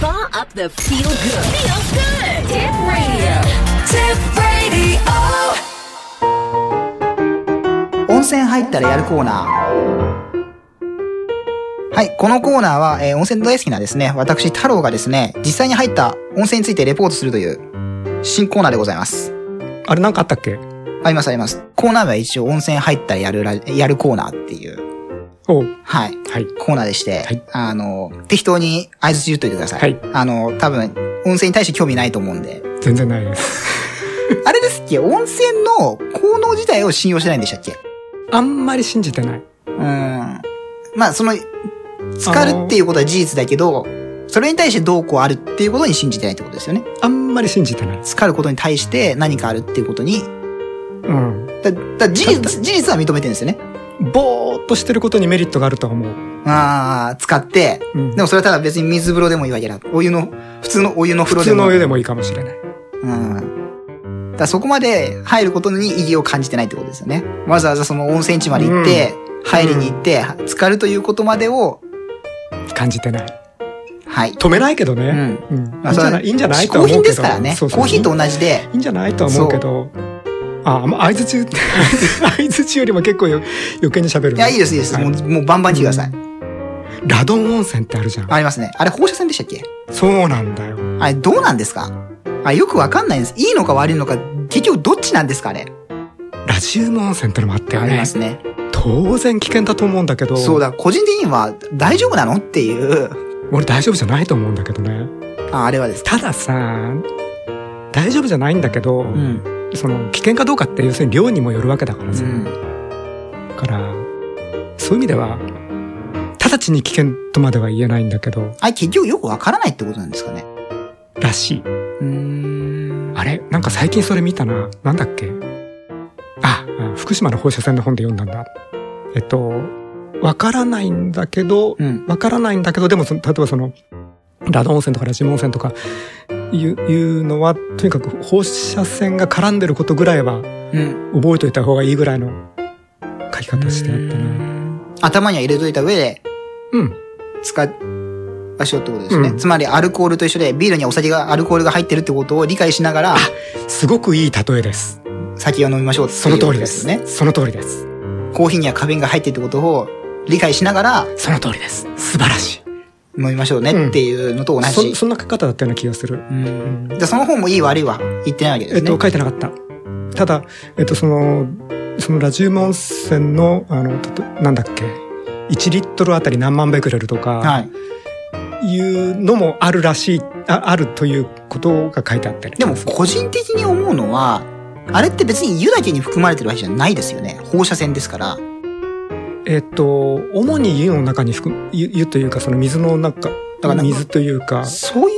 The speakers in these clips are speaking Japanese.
Power up the feel good. Feel good. Tip radio. 温泉入ったらやるコーナー。はい、このコーナーは、えー温泉大好きなですね、私太郎がですね、実際に入った温泉についてレポートするという新コーナーでございます。あれなんかあったっけありますあります。コーナー名は一応温泉入ったらやるラジやるコーナーっていう、おうはい、はい。コーナーでして、はいあの、適当に合図言っといてください。はいあの、多分、温泉に対して興味ないと思うんで。全然ないです。あれですっけ温泉の効能自体を信用してないんでしたっけあんまり信じてない。うーん。まあ、その、浸かるっていうことは事実だけど、それに対してどうこうあるっていうことに信じてないってことですよね。あんまり信じてない。浸かることに対して何かあるっていうことに、うん。だ、だ事実、事実は認めてるんですよね。ぼーっとしてることにメリットがあるとは思う。ああ、使って、うんでもそれはただ別に水風呂でもいいわけだ。お湯の、普通のお湯の風普呂で通も。の上でもいいかもしれない。うん。だからそこまで入ることに意義を感じてないってことですよね。わざわざその温泉地まで行って、入りに行って、浸かるということまでを、感じてない。はい。止めないけどね。ううん。まいいんじゃないいいんじゃないとは嗜好品思うけでど。すからね。そうそうコーヒーと同じで、いいんじゃないとは思うけど。あ、あんま相づち、 相づちよりも結構よ余計に喋るね。いや、いいです、いいです。はもう、もうバンバン来てください。ラドン温泉ってあるじゃん。ありますね。あれ、放射線でしたっけそうなんだよ。あれ、どうなんですかあれ、よくわかんないんです。いいのか悪いのか、結局どっちなんですかあれ。ラジウム温泉ってのもあったよありねま。すね。当然危険だと思うんだけど。そうだ、個人的には大丈夫なのっていう、俺大丈夫じゃないと思うんだけどね。ああれはです。たださ、大丈夫じゃないんだけど、うん。その危険かどうかって要するに量にもよるわけだからうさ。ん。だから、そういう意味では、直ちに危険とまでは言えないんだけど、あれ、結局よくわからないってことなんですかね。らしい。うーん。あれなんか最近それ見たな。なんだっけあ、あ福島の放射線の本で読んだんだ。えっと、わからないんだけど、うん。わからないんだけど、でもその、例えばその、ラドン温泉とかラジム温泉とかいういうのは、とにかく放射線が絡んでることぐらいはうん。覚えといた方がいいぐらいの書き方してあったな。頭には入れといた上で、うん。使っましょうってことですね。うんつまり、アルコールと一緒で、ビールにはお酒が、アルコールが入ってるってことを理解しながら、すごくいい例えです。酒を飲みましょうっていうその通りでこす。とよね。その通りです。コーヒーにはカフェインが入ってるってことを理解しながらその通りです。素晴らしい。飲みましょうねっていうのと同じ。そそんな書き方だったような気がする。うんじゃあその方もいい悪いは言ってないわけでえっすね。と、書いてなかった。ただ、えっと、その、そのラジウム温泉の、あの、たとなんだっけ、1リットルあたり何万ベクレルとはか、い。いうのもあるらしい、ああるということが書いてあってね。でも個人的に思うのは、あれって別に湯だけに含まれてるわけじゃないですよね。放射線ですから。えっと、主に湯の中に含む、湯湯というか、その水の中、からなんか水というか、そうい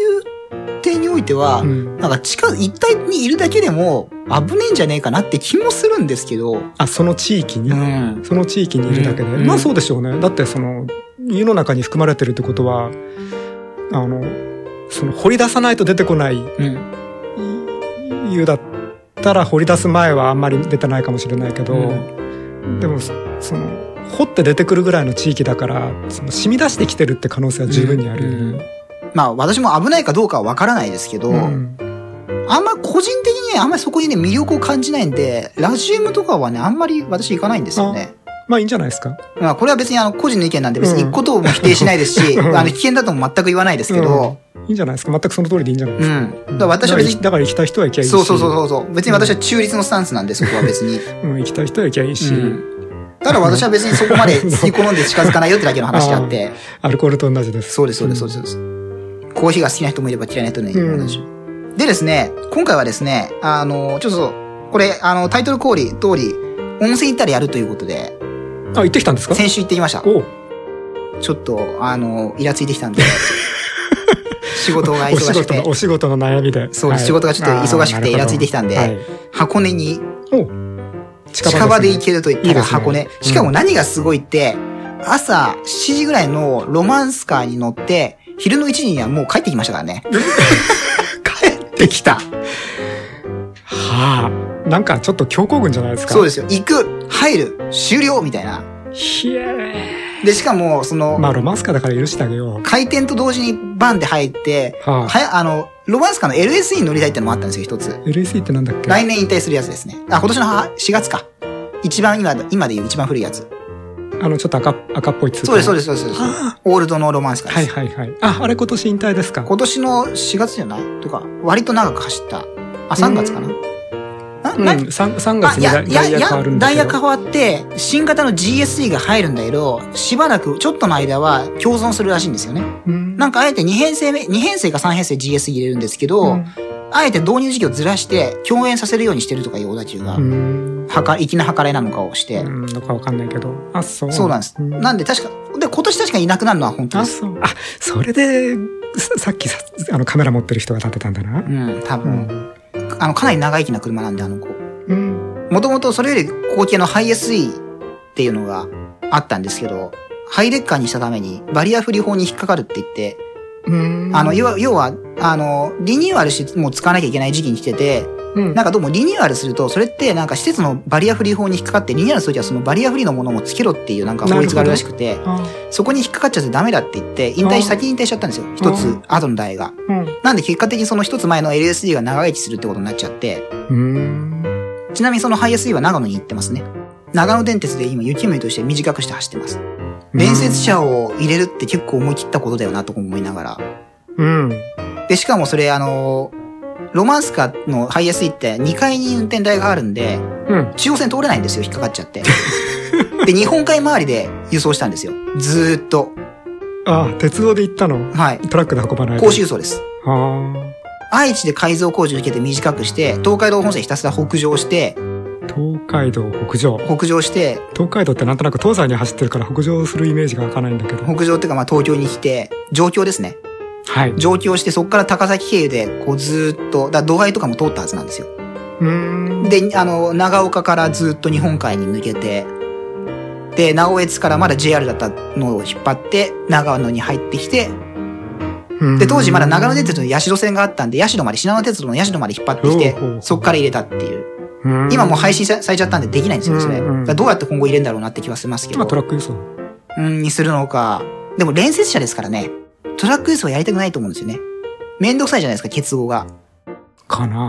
う点においては、うんなんか近、一体にいるだけでも危ねえんじゃねえかなって気もするんですけど、あ、その地域に、うん。その地域にいるだけで、うんまうあんそうでしょうね。だってその、湯の中に含まれてるってことは、あの、その掘り出さないと出てこないうん。湯だったら掘り出す前はあんまり出てないかもしれないけど、でもそその掘って出てくるぐらいの地域だからその染み出してきてるって可能性は十分にあるようんね。まあ私も危ないかどうかはわからないですけど、うんあんま個人的にね、あんまりそこにね、魅力を感じないんで、ラジウムとかはね、あんまり私行かないんですよね。まあいいんじゃないですか。まあ、これは別にあの、個人の意見なんで別にうん行くことも否定しないです し、うんあの、危険だとも全く言わないですけど、いいんじゃないですか。全くその通りでいいんじゃないでうすか。ん。だから私は別だからに、だから行きたい人は行きゃいいし。そうそうそうそうそう、別に私は中立のスタンスなんで、そこは別に。うん、行きたい人は行きゃいいし、うん。ただ私は別にそこまで吸い好んで近づかないよってだけの話であって、アルコールと同じです。そうです、そうです、そうですそうです。コーヒーが好きな人もいれば嫌いな人もいるでしょでですね、今回はですね、あの、ちょっと、これ、あの、タイトルコーリ通り、温泉行ったらやるということで、あ、行ってきたんですか先週行ってきました。おうちょっと、あの、イラついてきたん で、仕事が忙お仕しく事ての、お仕事の悩みで。そうはい仕事がちょっと忙しくてあーイラついてきたんでなる箱根にほどはいおう近場で行すねけると言ったいいでらすね箱根。うんしかも何がすごいって、朝7時ぐらいのロマンスカーに乗って、昼の1時にはもう帰ってきましたからね。 帰ってきた。はあ。なんかちょっと強行軍じゃないですか。そうでですよ。行く、入る、終了みたいな。す。ひえで、しかも、その、まあロマンスカーだから許してあげよう。回転と同時にバンで入って、はいはや、あの、ロマンスカーの LSE に乗りたいってのもあったんですよ、一つ。 LSE ってなんだっけ来年引退するやつですね。あ、今年のは4月か。一番今、今で言う一番古いやつ。あの、ちょっと赤赤っぽいツー。そうです、そうですす、そうですそうですは。オールドのロマンスカーではす。いはいはい。あ、あれ今年引退ですか。今年の4月じゃないとか、割と長く走った。あ、3月かな。うん、なな 3, 3あい月にダや、イいや、いダイヤ変やわるん、だダイけヤど変わって、新型の GSE が入るんだけど、しばらく、ちょっとの間は共存するらしいんですよね。うんなんかあえて2編成目、2編成か3編成 GSE 入れるんですけど、うんあえて導入時期をずらして、共演させるようにしてるとかいう小田急が、うん、はか、粋な計らいなのかをして、うん、のかわかんないけど。あ、そう。そうなんです。なんで確か、で、今年確かいなくなるのは本当あ、です。そう。あ、それで、ささっきさあの、カメラ持ってる人が立ってたんだなう。ん、多う分、ん。あの、かなり長生きな車なんで、あの子。うん。もともとそれより後継のハイ SE っていうのがあったんですけど、ハイレッカーにしたためにバリアフリー法に引っかかるって言って、うんあの、要は、要は、あの、リニューアルしてもう使わなきゃいけない時期に来てて、うんなんかどうもリニューアルすると、それってなんか施設のバリアフリー法に引っかかって、リニューアルするときはそのバリアフリーのものもつけろっていうなんか法律があるらしくて、あそこに引っかかっちゃってダメだって言って、引退し、あー先に引退しちゃったんですよ。一つ、後の代が。うん。なんで結果的にその一つ前の LSD が長生きするってことになっちゃって、うん。ちなみにそのハイエスイは長野に行ってますね。長野電鉄で今雪道として短くして走ってます。伝説車を入れるって結構思い切ったことだよなと思いながら。うん。で、しかもそれあの、ロマンスカのハイエスイって2階に運転台があるんで、うん。中央線通れないんですよ、引っかかっちゃって。で、日本海周りで輸送したんですよ。ずーっと。あ、鉄道で行ったのはい。トラックで運ばないで甲州輸送です。あ愛知で改造工事受けて短くして、東海道本線ひたすら北上して、あ。東海道北上。北上して、東海道ってなんとなく東西に走ってるから北上するイメージが湧かないんだけど。北上っていうかまあ東京に来て、上京ですね。はい。上京してそこから高崎経由でこうずーっと、だから道外とかも通ったはずなんですよ。うん。で、あの、長岡からずーっと日本海に抜けて、で、直江津からまだ JR だったのを引っ張って、長野に入ってきて、で、当時まだ長野電鉄の社線があったんで、社まで、信濃鉄道の社まで引っ張ってきてほうほうほ、うそこから入れたっていう。うん今もう配信さされちゃったんでできないんですよね、それ。うだんうんからどうやって今後入れるんだろうなって気はしますけまあど。トラック輸送。うん、にするのか。でも連接車ですからね、トラック輸送はやりたくないと思うんですよね。めんどくさいじゃないですか、結合が。かな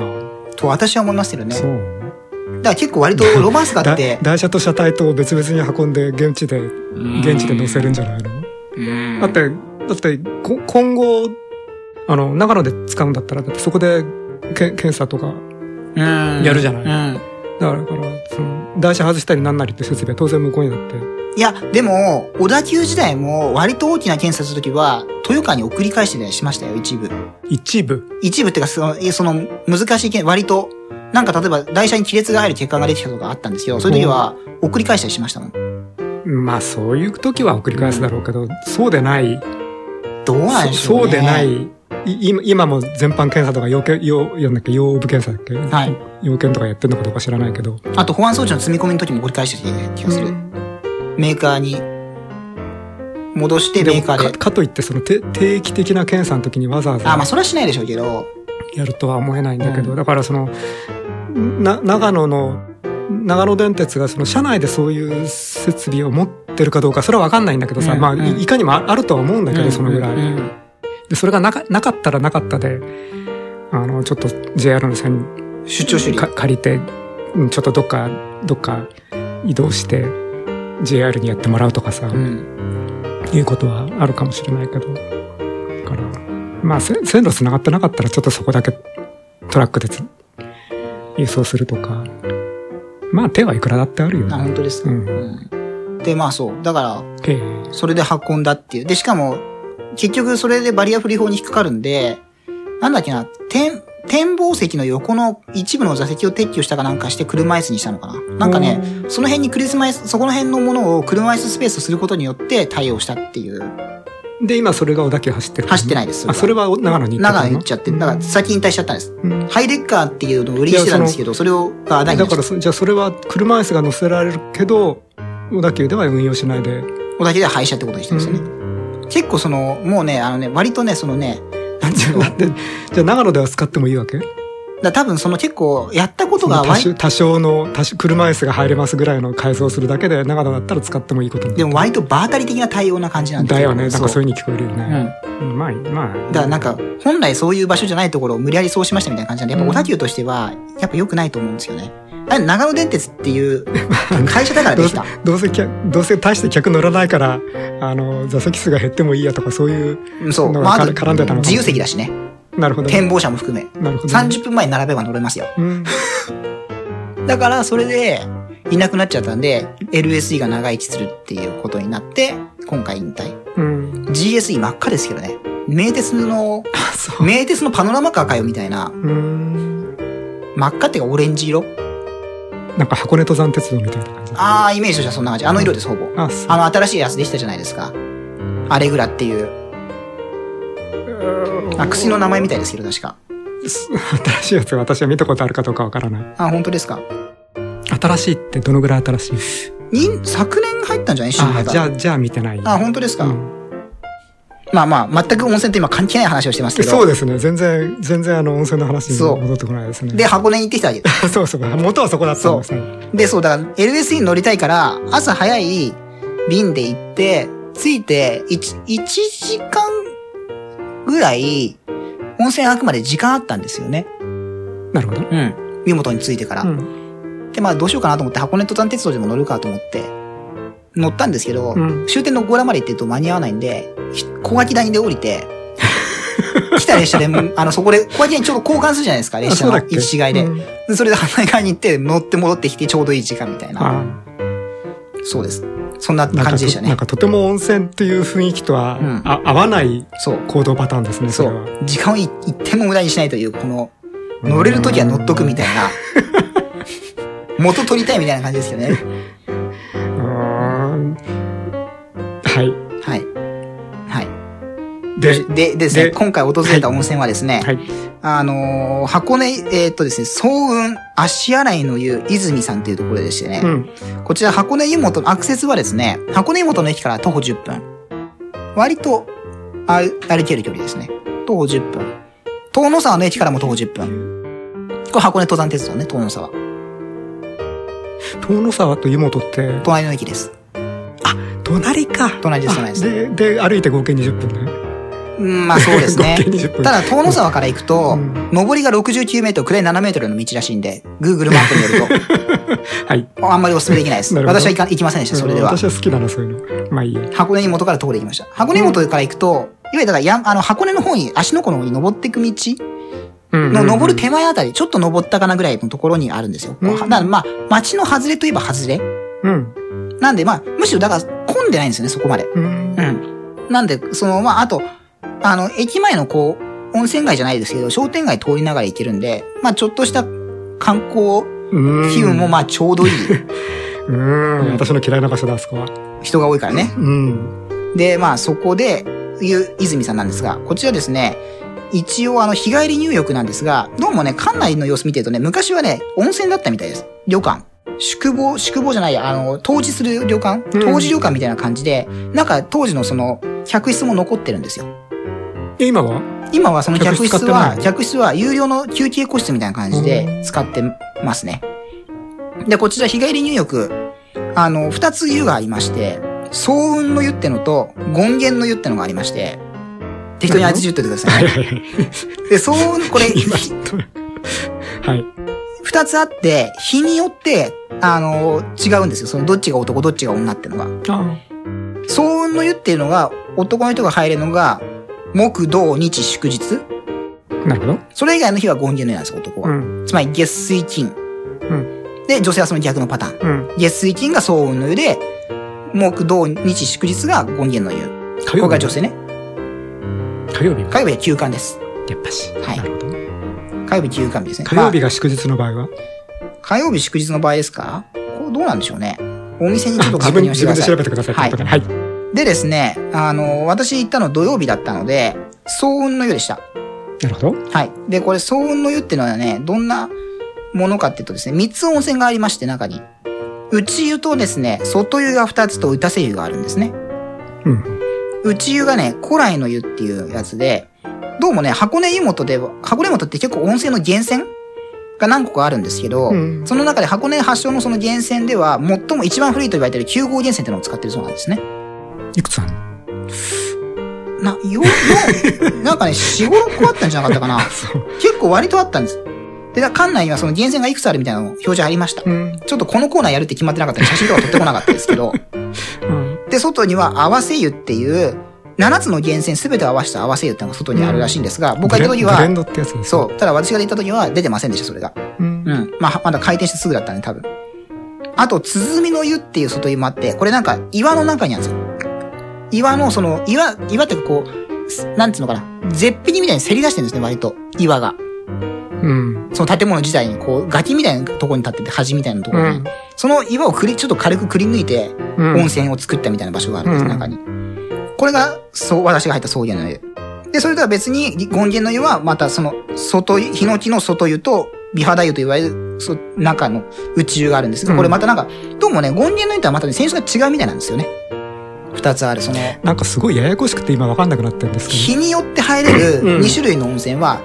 と私は思いますけどね。そう。だから結構割とロマンスカーってだ、台車と車体と別々に運んで現地で、現地で乗せるんじゃないのだって、だって、こ今後、あの、長野で使うんだったら、だってそこでけ検査とか、ややるじゃないうん。だから、だからその、台車外したりなんなりって設備は当然向こうにだって。いや、でも、小田急時代も割と大きな検査するときは、豊川に送り返してたりしましたよ、一部。一部。一部っていうか、その、えその難しい検、割と、なんか例えば台車に亀裂が入る欠陥が出てきたとかあったんですけど、そういう時は送り返したりしましたもん。まあ、そういう時は送り返すだろうけど、そうでない、どうなんそでしょうね。そうでない、。い今今も全般検査とか要件、要、要なんだっけ要部検査だっけはい。要件とかやってんのかどうか知らないけど。あと保安装置の積み込みの時も送り返してた気がする。メーカーに、戻してメーカかーで。かといって、そのて定期的な検査の時にわざわざ。あ、まあそれはしないでしょうけど、やるとは思えないんだけど、うんだからそのな長野の長野電鉄がその社内でそういう設備を持ってるかどうかそれは分かんないんだけどさ、うんまあうんいいかにもああるとは思うんだけど、そのぐらい、うんうんでそれがなかなかったらなかったであのちょっと JR の線出張修理。か借りてうんちょっとどっかどっか移動して JR にやってもらうとかさ、うん。いうことはあるかもしれないけどだからまあせ線路繋がってなかったらちょっとそこだけトラックでつ輸送するとかまあ手はいくらだってあるよあ、ね本当ですうね。んうん。で、まあそう。だから、ええそれで運んだっていう。で、しかも、結局それでバリアフリー法に引っかかるんで、なんだっけな、展、展望席の横の一部の座席を撤去したかなんかして車椅子にしたのかな。なんかね、その辺にクリスマス、そこの辺のものを車椅子スペースとすることによって対応したっていう。で今それが小田急走ってる走ってないですあそれは長野に長野に行っちゃって、だから先に退しちゃったんです。うんハイレッカーっていうのを売りにしてたんですけど、それを、がだ第二からそじゃあそれは車椅子が乗せられるけど小田急では運用しないでおだけで廃車ってことにしてるんですよね。結構その、もうね、あのね、割とね、そのね、なんていうのだってじゃあ長野では使ってもいいわけだ多分その結構、やったことそのが多割少多少の多少車椅子が入れますぐらいの改造するだけで長野だったら使ってもいいことにでも割と場当たり的な対応な感じなんだよねなんかそういいう風に聞こえるよう。うんね、。うん、まあまあだからなんか、本来そういう場所じゃないところを無理やりそうしましたみたいな感じなんで、やっぱ小田急としては、やっぱ良くないと思うんですよね。あれ、長野電鉄って いう会社だからどできうせ た。どうせ客どうせ大して客乗らないからあの座席数が減ってもいいやとかそういううんそう。のまあ、あがと、絡んでたのかも自由席だしね。なるほど展望車も含め。なるほど30分前に並べば乗れますよ。うんだから、それで、いなくなっちゃったんで、LSE が長生きするっていうことになって、今回引退。うん、 GSE 真っ赤ですけどね。名鉄の、そ名鉄のパノラマカーかよみたいな、うん真っ赤っていうかオレンジ色なんか箱根登山鉄道みたいな感じあー、イメージとしてはそんな感じ。あの色です、ほぼ。あそうあの新しいやつできたじゃないですか。アレグラっていう。あ、薬の名前みたいですけど、確か。新しいやつ私は見たことあるかどうかわからないあ、本当ですか。新しいってどのぐらい新しいに、昨年入ったんじゃない新あ名じが。ゃあじゃあ見てないあ、本当ですか。うんまあまあ、全く温泉と今関係ない話をしてますけど。そうですね全然全然あの温泉の話にそう戻ってこないですねで、箱根に行ってきたわけ。 そうそう元はそこだったんですねで、そう、だから LSE に乗りたいから、朝早い便で行って、着いて、1、一時間ぐらい、温泉開くまで時間あったんですよね。なるほど、うん。湯本に着いてから。うんで、まあどうしようかなと思って、箱根登山鉄道でも乗るかと思って、乗ったんですけど、うん終点の強羅まで行ってると間に合わないんで、ひ小垣谷で降り て、来た列車で、もあの、そこで、小垣谷にちょうど交換するじゃないですか、あ列車そうのだっけ行き違いで。うんでそれで反対側に行って、乗って戻ってきてちょうどいい時間みたいな。あそうです。そんななん感かじでしたとなねん。かとても温泉という雰囲気とは、うんあ合わないそう。行動パターンですねそそれはう。時間をい一点も無駄にしないという、この、乗れるときは乗っとくみたいな。 元取りたいみたいな感じですよね。うーんははい。はい。いでで、ですね、で今回訪れた温泉はですね、はいあのー箱根、えーっとですね、早雲足洗いの湯泉さんというところでしてね、うんこちら箱根湯本のアクセスはですね、箱根湯本の駅から徒歩10分。割と、あ歩ける距離ですね。徒歩10分。遠野沢の駅からも徒歩10分。これ箱根登山鉄道ね、遠野沢。遠野沢と湯本って隣の駅です。隣か隣です、隣です。でで歩いて合計20分ねうん、まあそう ですね合計20。分ただ、遠野沢から行くと、うん上りが69メートル、下り7メートルの道らしいんで、Google マップによるはい と、あんまりお勧めできないです。なるほど私は行か行きませんでした、それでうはん。私は好きだなそういうのまあいいや箱根に元から徒歩で行きました。箱根元から行くと、いわゆるだからや、あの、箱根の方に、足の湖の方に登っていく道の、登る手前あたり、ちょっと登ったかなぐらいのところにあるんですよ。うんだからまあ、街の外れといえば外れ。うんなんでまあ、むしろだから混んでないんですよね、そこまで。うんうん。なんで、その、まあ、あと、あの、駅前のこう、温泉街じゃないですけど、商店街通りながら行けるんで、まあ、ちょっとした観光うん気分もまあ、ちょうどいい。うん私の嫌いな場所だあそこは人が多いからね。うんで、まあ、そこで、いう、泉さんなんですが、こちらですね、一応あの、日帰り入浴なんですが、どうもね、館内の様子見てるとね、昔はね、温泉だったみたいです。旅館。宿坊、宿坊じゃないや、あの、当時する旅館うん当時旅館みたいな感じで、なんか当時のその、客室も残ってるんですよ。え 今は今はその客室客室使ってなは、い客の室は有料の休憩個室みたいな感じで使ってますね。で、こちら日帰り入浴、あの、二つ湯がありまして、早雲の湯ってのと、権現の湯ってのがありまして、適当にあいつ言っといてくださはいいね。はいはいで、早雲、 これ、今とはい二つあって、日によって、あの、違うんですよ。その、どっちが男、どっちが女ってのが。あ早雲の湯っていうのが、男の人が入れるのが、木、土、日、祝日。なるほどそれ以外の日は権現の湯なんですよ、男は。うんつまり月水金。んで、女性はその逆のパターン。うん月水金が早雲の湯で、木土日祝日が権現の湯。火これ曜が日女性ね。火曜日火曜日は休館です。やっぱしはいなるほどね火曜日休館日ですね。火曜日まが祝日の場合はあ火曜日祝日の場合ですかこうどうなんでしょうね。お店にちょっと確自分認をして自くださ分で調い。べてくださいはいってことねはいでですね、あの、私行ったの土曜日だったので、早雲の湯でした。なるほどはい。で、これ、早雲の湯ってのはね、どんなものかっていうとですね、3つ温泉がありまして、中に。内湯とですね、外湯が2つと打たせ湯があるんですね。うん内湯がね、古来の湯っていうやつで、どうもね、箱根湯本では、箱根湯本って結構温泉の源泉が何個かあるんですけど、うんその中で箱根発祥のその源泉では、最も一番古いと言われている9号源泉っていうのを使ってるそうなんですね。いくつあるのな、 よ、よ、なんかね、4、5、6個あったんじゃなかったかな。結構割とあったんです。で、だ館内にはその源泉がいくつあるみたいなの表示ありました。うん。ちょっとこのコーナーやるって決まってなかったんで、写真とか撮ってこなかったですけど。うん。で、外には合わせ湯っていう、7つの源泉すべてを合わせた合わせ湯ってのが外にあるらしいんですが、僕が行った時ブレンは、ドってやつですね。そう、ただ私が行った時は出てませんでした、それが。うん。う。うんまあ、まだ開店してすぐだったね、多分。あと、鼓の湯っていう外湯もあって、これなんか岩の中にあるんですよ。岩の、その、岩、岩っていうかこうす、なんつうのかな、絶壁みたいにせり出してるんですね、割と。岩が。ん。その建物自体に、こう、崖みたいなところに立ってて、端みたいなとこうろに。ん。その岩をくり、ちょっと軽くくり抜いて、うん温泉を作ったみたいな場所があるんです、うん中に。これが、そう、私が入った草原の湯。で、それとは別に、権現の湯は、またその、外湯、ヒノキの外湯と、美肌湯といわゆる、そ中の宇宙があるんですが、これまたなんか、どうもね、権現の湯とはまたね、選手が違うみたいなんですよね。二つある、その、なんかすごいややこしくて今わかんなくなってるんですけど。日によって入れるうん2種類の温泉は、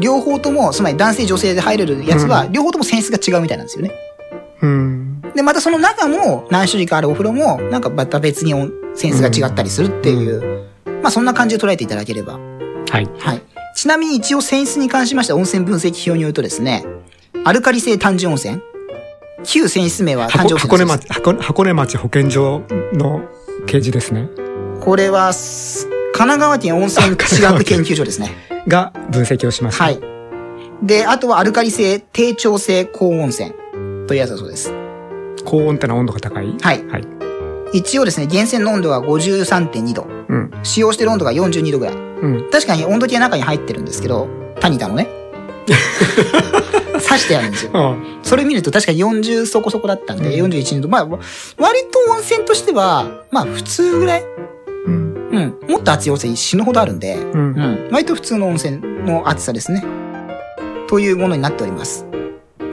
両方とも、つまり男性女性で入れるやつは、両方とも泉質が違うみたいなんですよね。うん。で、またその中も何種類かあるお風呂も、なんかまた別に温センスが違ったりするっていう、まあそんな感じで捉えていただければ。はい。はい。ちなみに一応泉質に関しましては温泉分析表によるとですね、アルカリ性単純温泉、旧泉質名は単箱純温泉箱根だそうで町、箱根箱根町保健所の掲示ですね。す。これはす、神奈川県温泉地学研究所ですね。が分析をしました。はい。で、あとはアルカリ性、低調性高温泉というやつだそうです。高温ってのは温度が高い。はいはい。一応ですね、源泉の温度が53.2度、うん。使用してる温度が42度ぐらい。うん。確かに温度計の中に入ってるんですけど、タニタのね。刺してあるんですよ。うん。それ見ると確かに40そこそこだったんで、うん41度。まあ、割と温泉としては、まあ普通ぐらい。うん。うん。もっと熱い温泉死ぬほどあるんで、う。うんん。割と普通の温泉の熱さですね。というものになっております。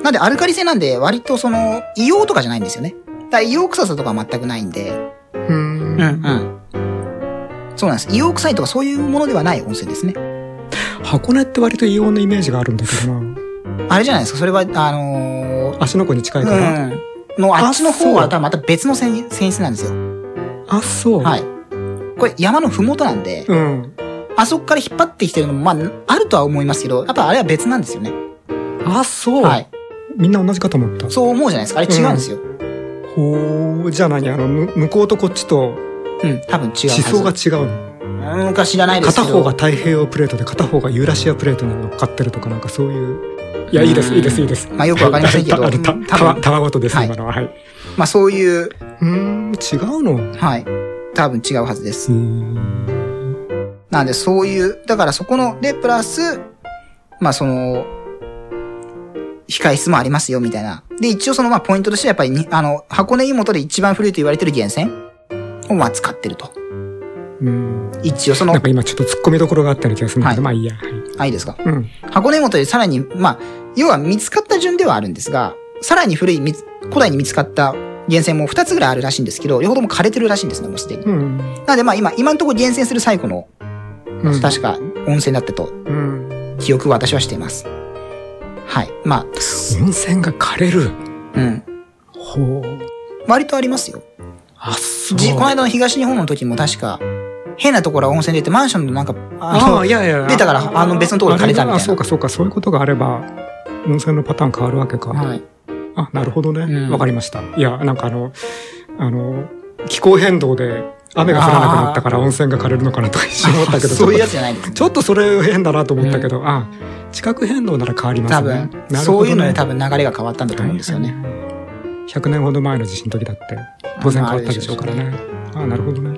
なんでアルカリ性なんで、割とその、硫黄とかじゃないんですよね。だから硫黄臭さとかは全くないんで、うん。ん。そうなんです。硫黄臭いとかそういうものではない温泉ですね。箱根って割と硫黄のイメージがあるんだけどな。あれじゃないですか、それは、あのー足の子に近いから。うん。の、あっちの方はあそうまた別の泉泉質なんですよ。あ、そう。はい。これ山のふもとなんで、うん。あそこから引っ張ってきてるのも、まあ、あるとは思いますけど、やっぱあれは別なんですよね。あ、そう。はい。みんな同じかと思った。そう思うじゃないですか。あれ違うんですよ。うん、ほう。じゃあ何あの、む向こうとこっちと多分違うはず。地層が違うの。うんか知らないですけ片ど。方が太平洋プレートで片方がユーラシアプレートに乗っかってるとかなんかそういう。いや、いいでうす、んいいです、いいです。まあよくわかりませんけどあれ、た、うんた、たわたわごとです、はい今のは。はい。まあそういう、うーん、違うの。はい。多分違うはずですう。ん。なんでそういう、だからそこの、で、プラス、まあその、控室もありますよ、みたいな。で、一応その、まあポイントとしてはやっぱりに、あの、箱根湯本で一番古いと言われてる源泉を、まあ使ってると。うん。一応そ のなん、か今ちょっと突っ込みどころがあったような気がするんだけど、はまあいいや。はいあ、いいですか。うん。箱根湯本でさらに、まあ、要は見つかった順ではあるんですが、さらに古いみつ、古代に見つかった源泉も2つぐらいあるらしいんですけど、両方とも枯れてるらしいんですね、もうすでに。うん。なんでまあ今、今のところ厳選する最古の、うん確か温泉だったとうん。記憶は私はしています。はい。まあ、温泉が枯れる。うん。ほう。割とありますよ。あ、そじこの間の東日本の時も確か、変なところは温泉出て、マンションのなんか、あああ、いやいや。出たからあの別のところで枯れたみたいなあそうかそうか、そういうことがあれば、温泉のパターン変わるわけか。の、はい。あ、なるほどね。わ、うんかりました。いや、なんかあの、あの、気候変動で雨が降らなくなったから温泉が枯れるのかなとか一瞬思ったけど、 そういうやつちょっじゃないですと。ちょっとそれ変だなと思ったけど、あ、地殻変動なら変わりま多す分ね。、なるそほどねういうので多分流れが変わったんだと思うんですよね。。 100年ほど前の地震の時だって、当然変わったでしょうからね。ああ、なるほどね。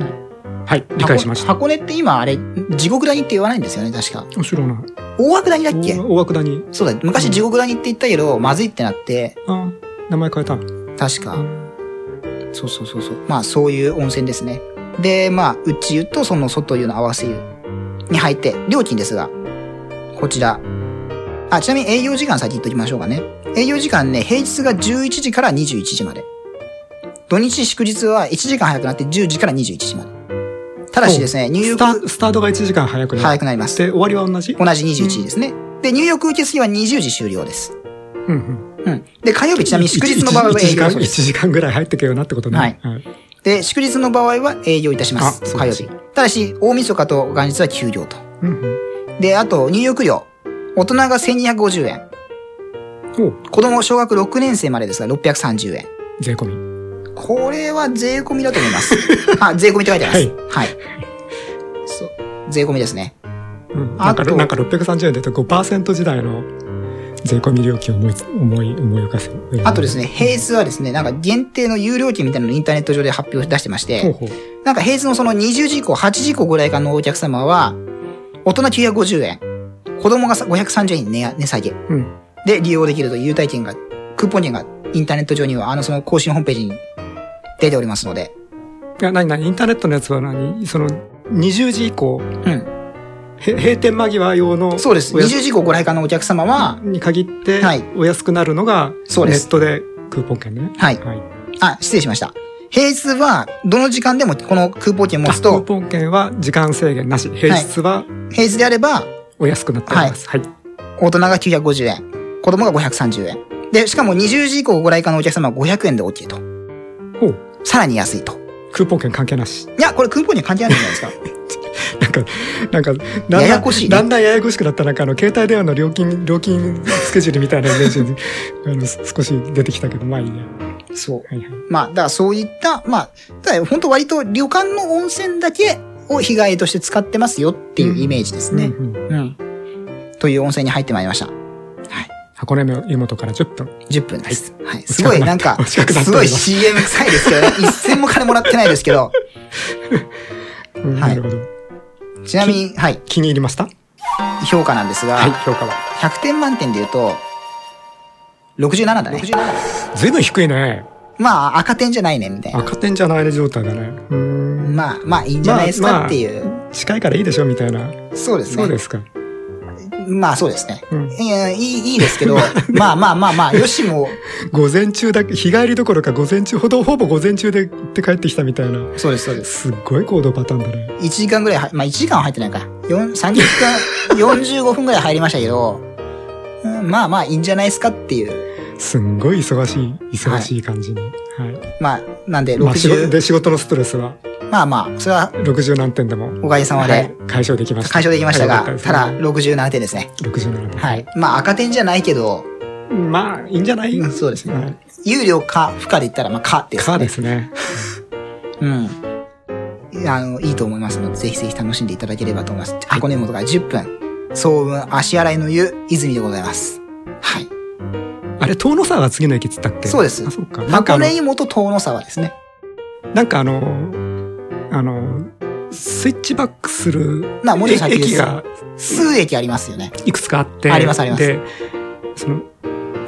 はい、理解しました。箱根箱根って今あれ、地獄谷って言わないんですよね、確か。面白いな。大涌谷だっけ大大涌谷。そうだ、昔地獄谷って言ったけど、まずいってなって、あ、名前変えた。確か。そうそうそうそう。まあそういう温泉ですね。で、まあ、内湯とその外湯の合わせ湯に入って、料金ですが、こちら。あ、ちなみに営業時間先言っときましょうかね。営業時間ね、平日が11時から21時まで。土日祝日は1時間早くなって10時から21時まで。ただしですね、入ス浴タスタートが1時間早くな早っくなります。て、終わりは同じ同じ21時ですね。で、入浴受付は20時終了です。うんうん。うん。で、火曜日ちなみに祝日の場合は1営時間、業そう1です。時間ぐらい入ってけよなってことね。はいで、祝日の場合は営業いたします。あそう火曜です日。ただし、大晦日と元日は休業と。うんうん。で、あと、入浴料。大人が1250円。お子供小学6年生までですが630円。税込み。これは税込みだと思い ます。あ、税込みって書いてあります。はい。そう。税込みですね。うん。なんか、あとなんか630円で5%時代の税込み料金を思いつ、思い、思い浮かせる。あとですね。ね、平日はですね、なんか限定の有料券みたいなのをインターネット上で発表出してましほて、うほう。なんか平日のその20時以降、8時以降ぐらいからのお客様は、大人950円、子供がさ530円に値値下げうん。で利用できるという優待券が、クーポン券がインターネット上には、あのその更新ホームページに出ておりますので、いや、なになにインターネットのやつは何その、20時以う降、ん。へ閉店間際用の。そうです。お20安時以降ご来館のお客様は、に限ってはい、お安くなるのが、そうですネットでクーポン券ね。はいはい。あ、失礼しました。平日は、どの時間でもこのクーポン券持つクーと、ポン券は時間制限なし。平日は平日であれば、お安くなっております。はい。大人が950円、子供が530円。で、しかも20時以降ご来館のお客様は500円で OK と。ほう。さらに安いと。クーポン券関係なし。いや、これクーポンには関係ないんじゃないですか。なんか、なんか、だんだんややこしいねだんだんややこしくなった、なんかあの、携帯電話の料金、料金スケジュールみたいなイメージに、あの、す少し出てきたけど、まあいいや。そう。はいはい。まあ、だからそういった、まあ、ただ本当割と旅館の温泉だけを日帰りとして使ってますよっていうイメージですね。うんうんうん。という温泉に入ってまいりました。箱根湯本から10分。 10分です。はい。おす近ごくいななっんたか、お近くなってすごおりまいす CM 臭いです けどね。一銭も金もらってないですけど。うんはないるほど。ちなみに、はい、気に入りました評価なんですが、はい、評価は。 100点満点で言うと、67だね。ずいぶん低いね。まあ、赤点じゃないね、みたいな。赤点じゃない状態だね。うーん。まあ、まあ、いいんじゃないですまあまかあっていう。近いからいいでしょみたいな。そうですね。そうですか。まあ、そうですね。うんいやいい、いいですけ ど、まあまあまあまあ、よしも、午前中だけ、日帰りどころか午前中ほど、ほぼ午前中で行って帰ってきたみたいな。そうです、そうですっごい行動パターンだね。 1時間ぐらいは、まあ1時間は入ってないか。4 30分、45分ぐらい入りましたけど、うんまあまあいいんじゃないですかっていう。すんごい忙しい、忙しい感じに。はい。まあ、なんでまあ、仕事60、で仕事のストレスはまあまあ、それは60何点でも、おかげさまはいで、解消できました。解消できましたはいが、た、だよ67点ですね。かったですね67点。はい。まあ赤点じゃないけど、まあ、いいんじゃない、うんそうですねはい。有料か、負荷で言ったら、まあ、かですね。かですね。うん。あの、いいと思いますので、ぜひぜひ楽しんでいただければと思います。箱根元から10分。総運、足洗いの湯、泉でございます。はい。あれ、遠野沢が次の駅っつったっけそうですあ、そうか。なんかあ箱の、根湯本遠野沢ですね。なんかあの、あの、スイッチバックするなもうちょい先です駅が数駅ありますよね。いくつかあって。ありますありますで、その、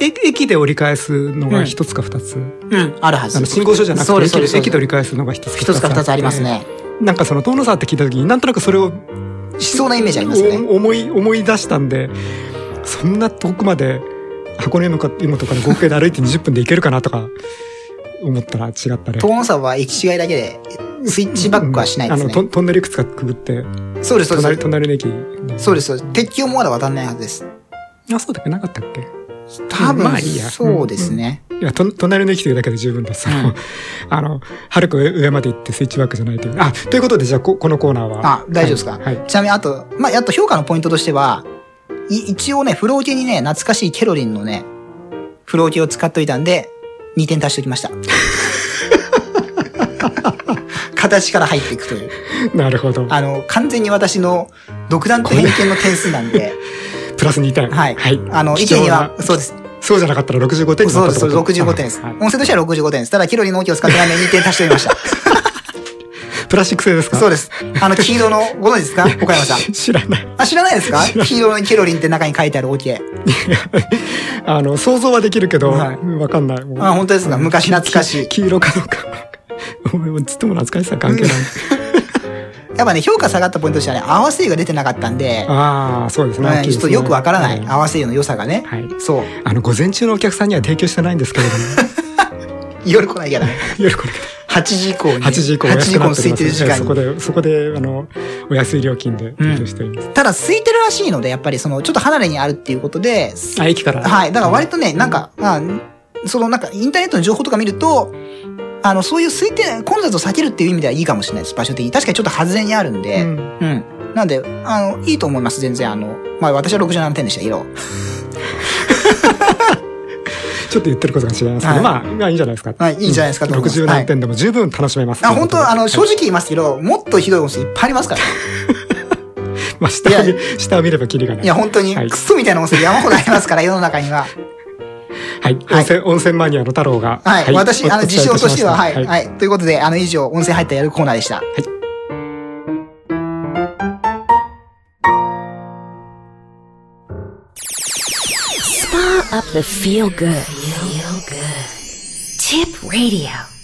え駅で折り返すのが一つか二つ。うん。あるはず。あの、信号所じゃなくてそうです、そうで駅す。で、駅でそうで折り返すのが一つかす一つか二つありますって。ね。なんかその、遠野沢って聞いた時に、なんとなくそれを、しそうなイメージありますよね。お思い、思い出したんで、そんな遠くまで、箱根のか今とかの合計で歩いて20分で行けるかなとか、思ったら違ったね。遠野沢は行き違いだけで、スイッチバックはしないですうんねあの、。トントンネルいくつかくぐって、そうです、そうで隣、す。隣の駅。そうです、そうです。鉄橋もまだ渡んないはずです。あ、そうだっけなかったっけ多まあ分いいや、そうですね。いや、と、隣の駅というだけで十分です。 あの、はるく上まで行ってスイッチバックじゃないという。あ、ということで、じゃあ、こ、このコーナーは。あ、大丈夫ですか、はい。はいちなみに、あと、まあ、やっと評価のポイントとしては、い一応ね、風呂桶にね、懐かしいケロリンのね、風呂桶を使っといたんで、2点足しておきました。 形から入っていくという。なるほど。あの、完全に私の独断と偏見の点数なんで、プラス2点。はい。はい。あの、意貴見重になは、そうです。そうじゃなかったら65点にそなうでったす。とそういうですこと65点です。はい音声としては65点です。ただ、ケロリンの OK を使って ないので2点足しておりました。プラスチック製ですかそうでです。あの、黄色の、ご存知ですか岡山さん。。 知らない。あ、知らないですか黄色のケロリンって中に書いてある OK。あの、想像はできるけど、はいわかんない。もうあ、本当ですか昔懐かしいき。黄色か どうか。お前もちっとも懐かしさ関係ない。やっぱね、評価下がったポイントとしてはね、合わせ湯が出てなかったんで、ああ、そうですね。うんちょっとよくわからない、あ合わせ湯の良さがね。はいそう。 あの、午前中のお客さんには提供してないんですけれども。夜来ないから、ね、夜これから。 8 8時以降 に。 8時以降お8安時以降くのなって空るいてる時間そにこ。で、そこで、あの、お安い料金で提供しています。ただ空いてるらしいので、やっぱりその、ちょっと離れにあるっていうことで、あ、駅から。はい。だから割とね、なんか、あそのなんかインターネットの情報とか見ると、あの、そういう空いて、混雑を避けるっていう意味ではいいかもしれないです、場所的に。確かにちょっと外れにあるんで。ううん。んなんで、あの、いいと思います、全然。あの、まあ私は67点でした、色。ちょっと言ってることが違いますけど、はいまあ、まあいいんじゃないですか。はいいいんじゃないですかうんと思います60何点でも十分楽しめます。あ、本当あの、正直。直言いますけど、もっとひどいこといっぱいありますから。まあ、下を見、下を見ればキリがない。いや、本当に、はいクソみたいな温泉山ほどあります から、世の中には。はい。温泉、温泉マニアの太郎が。はい。私、おあの、お自伝えいたし称まとしては、はい、たはい。ということで、あの、以上、温泉入ったやるコーナーでした。 Spa up the feel good. Feel good. Tip radio.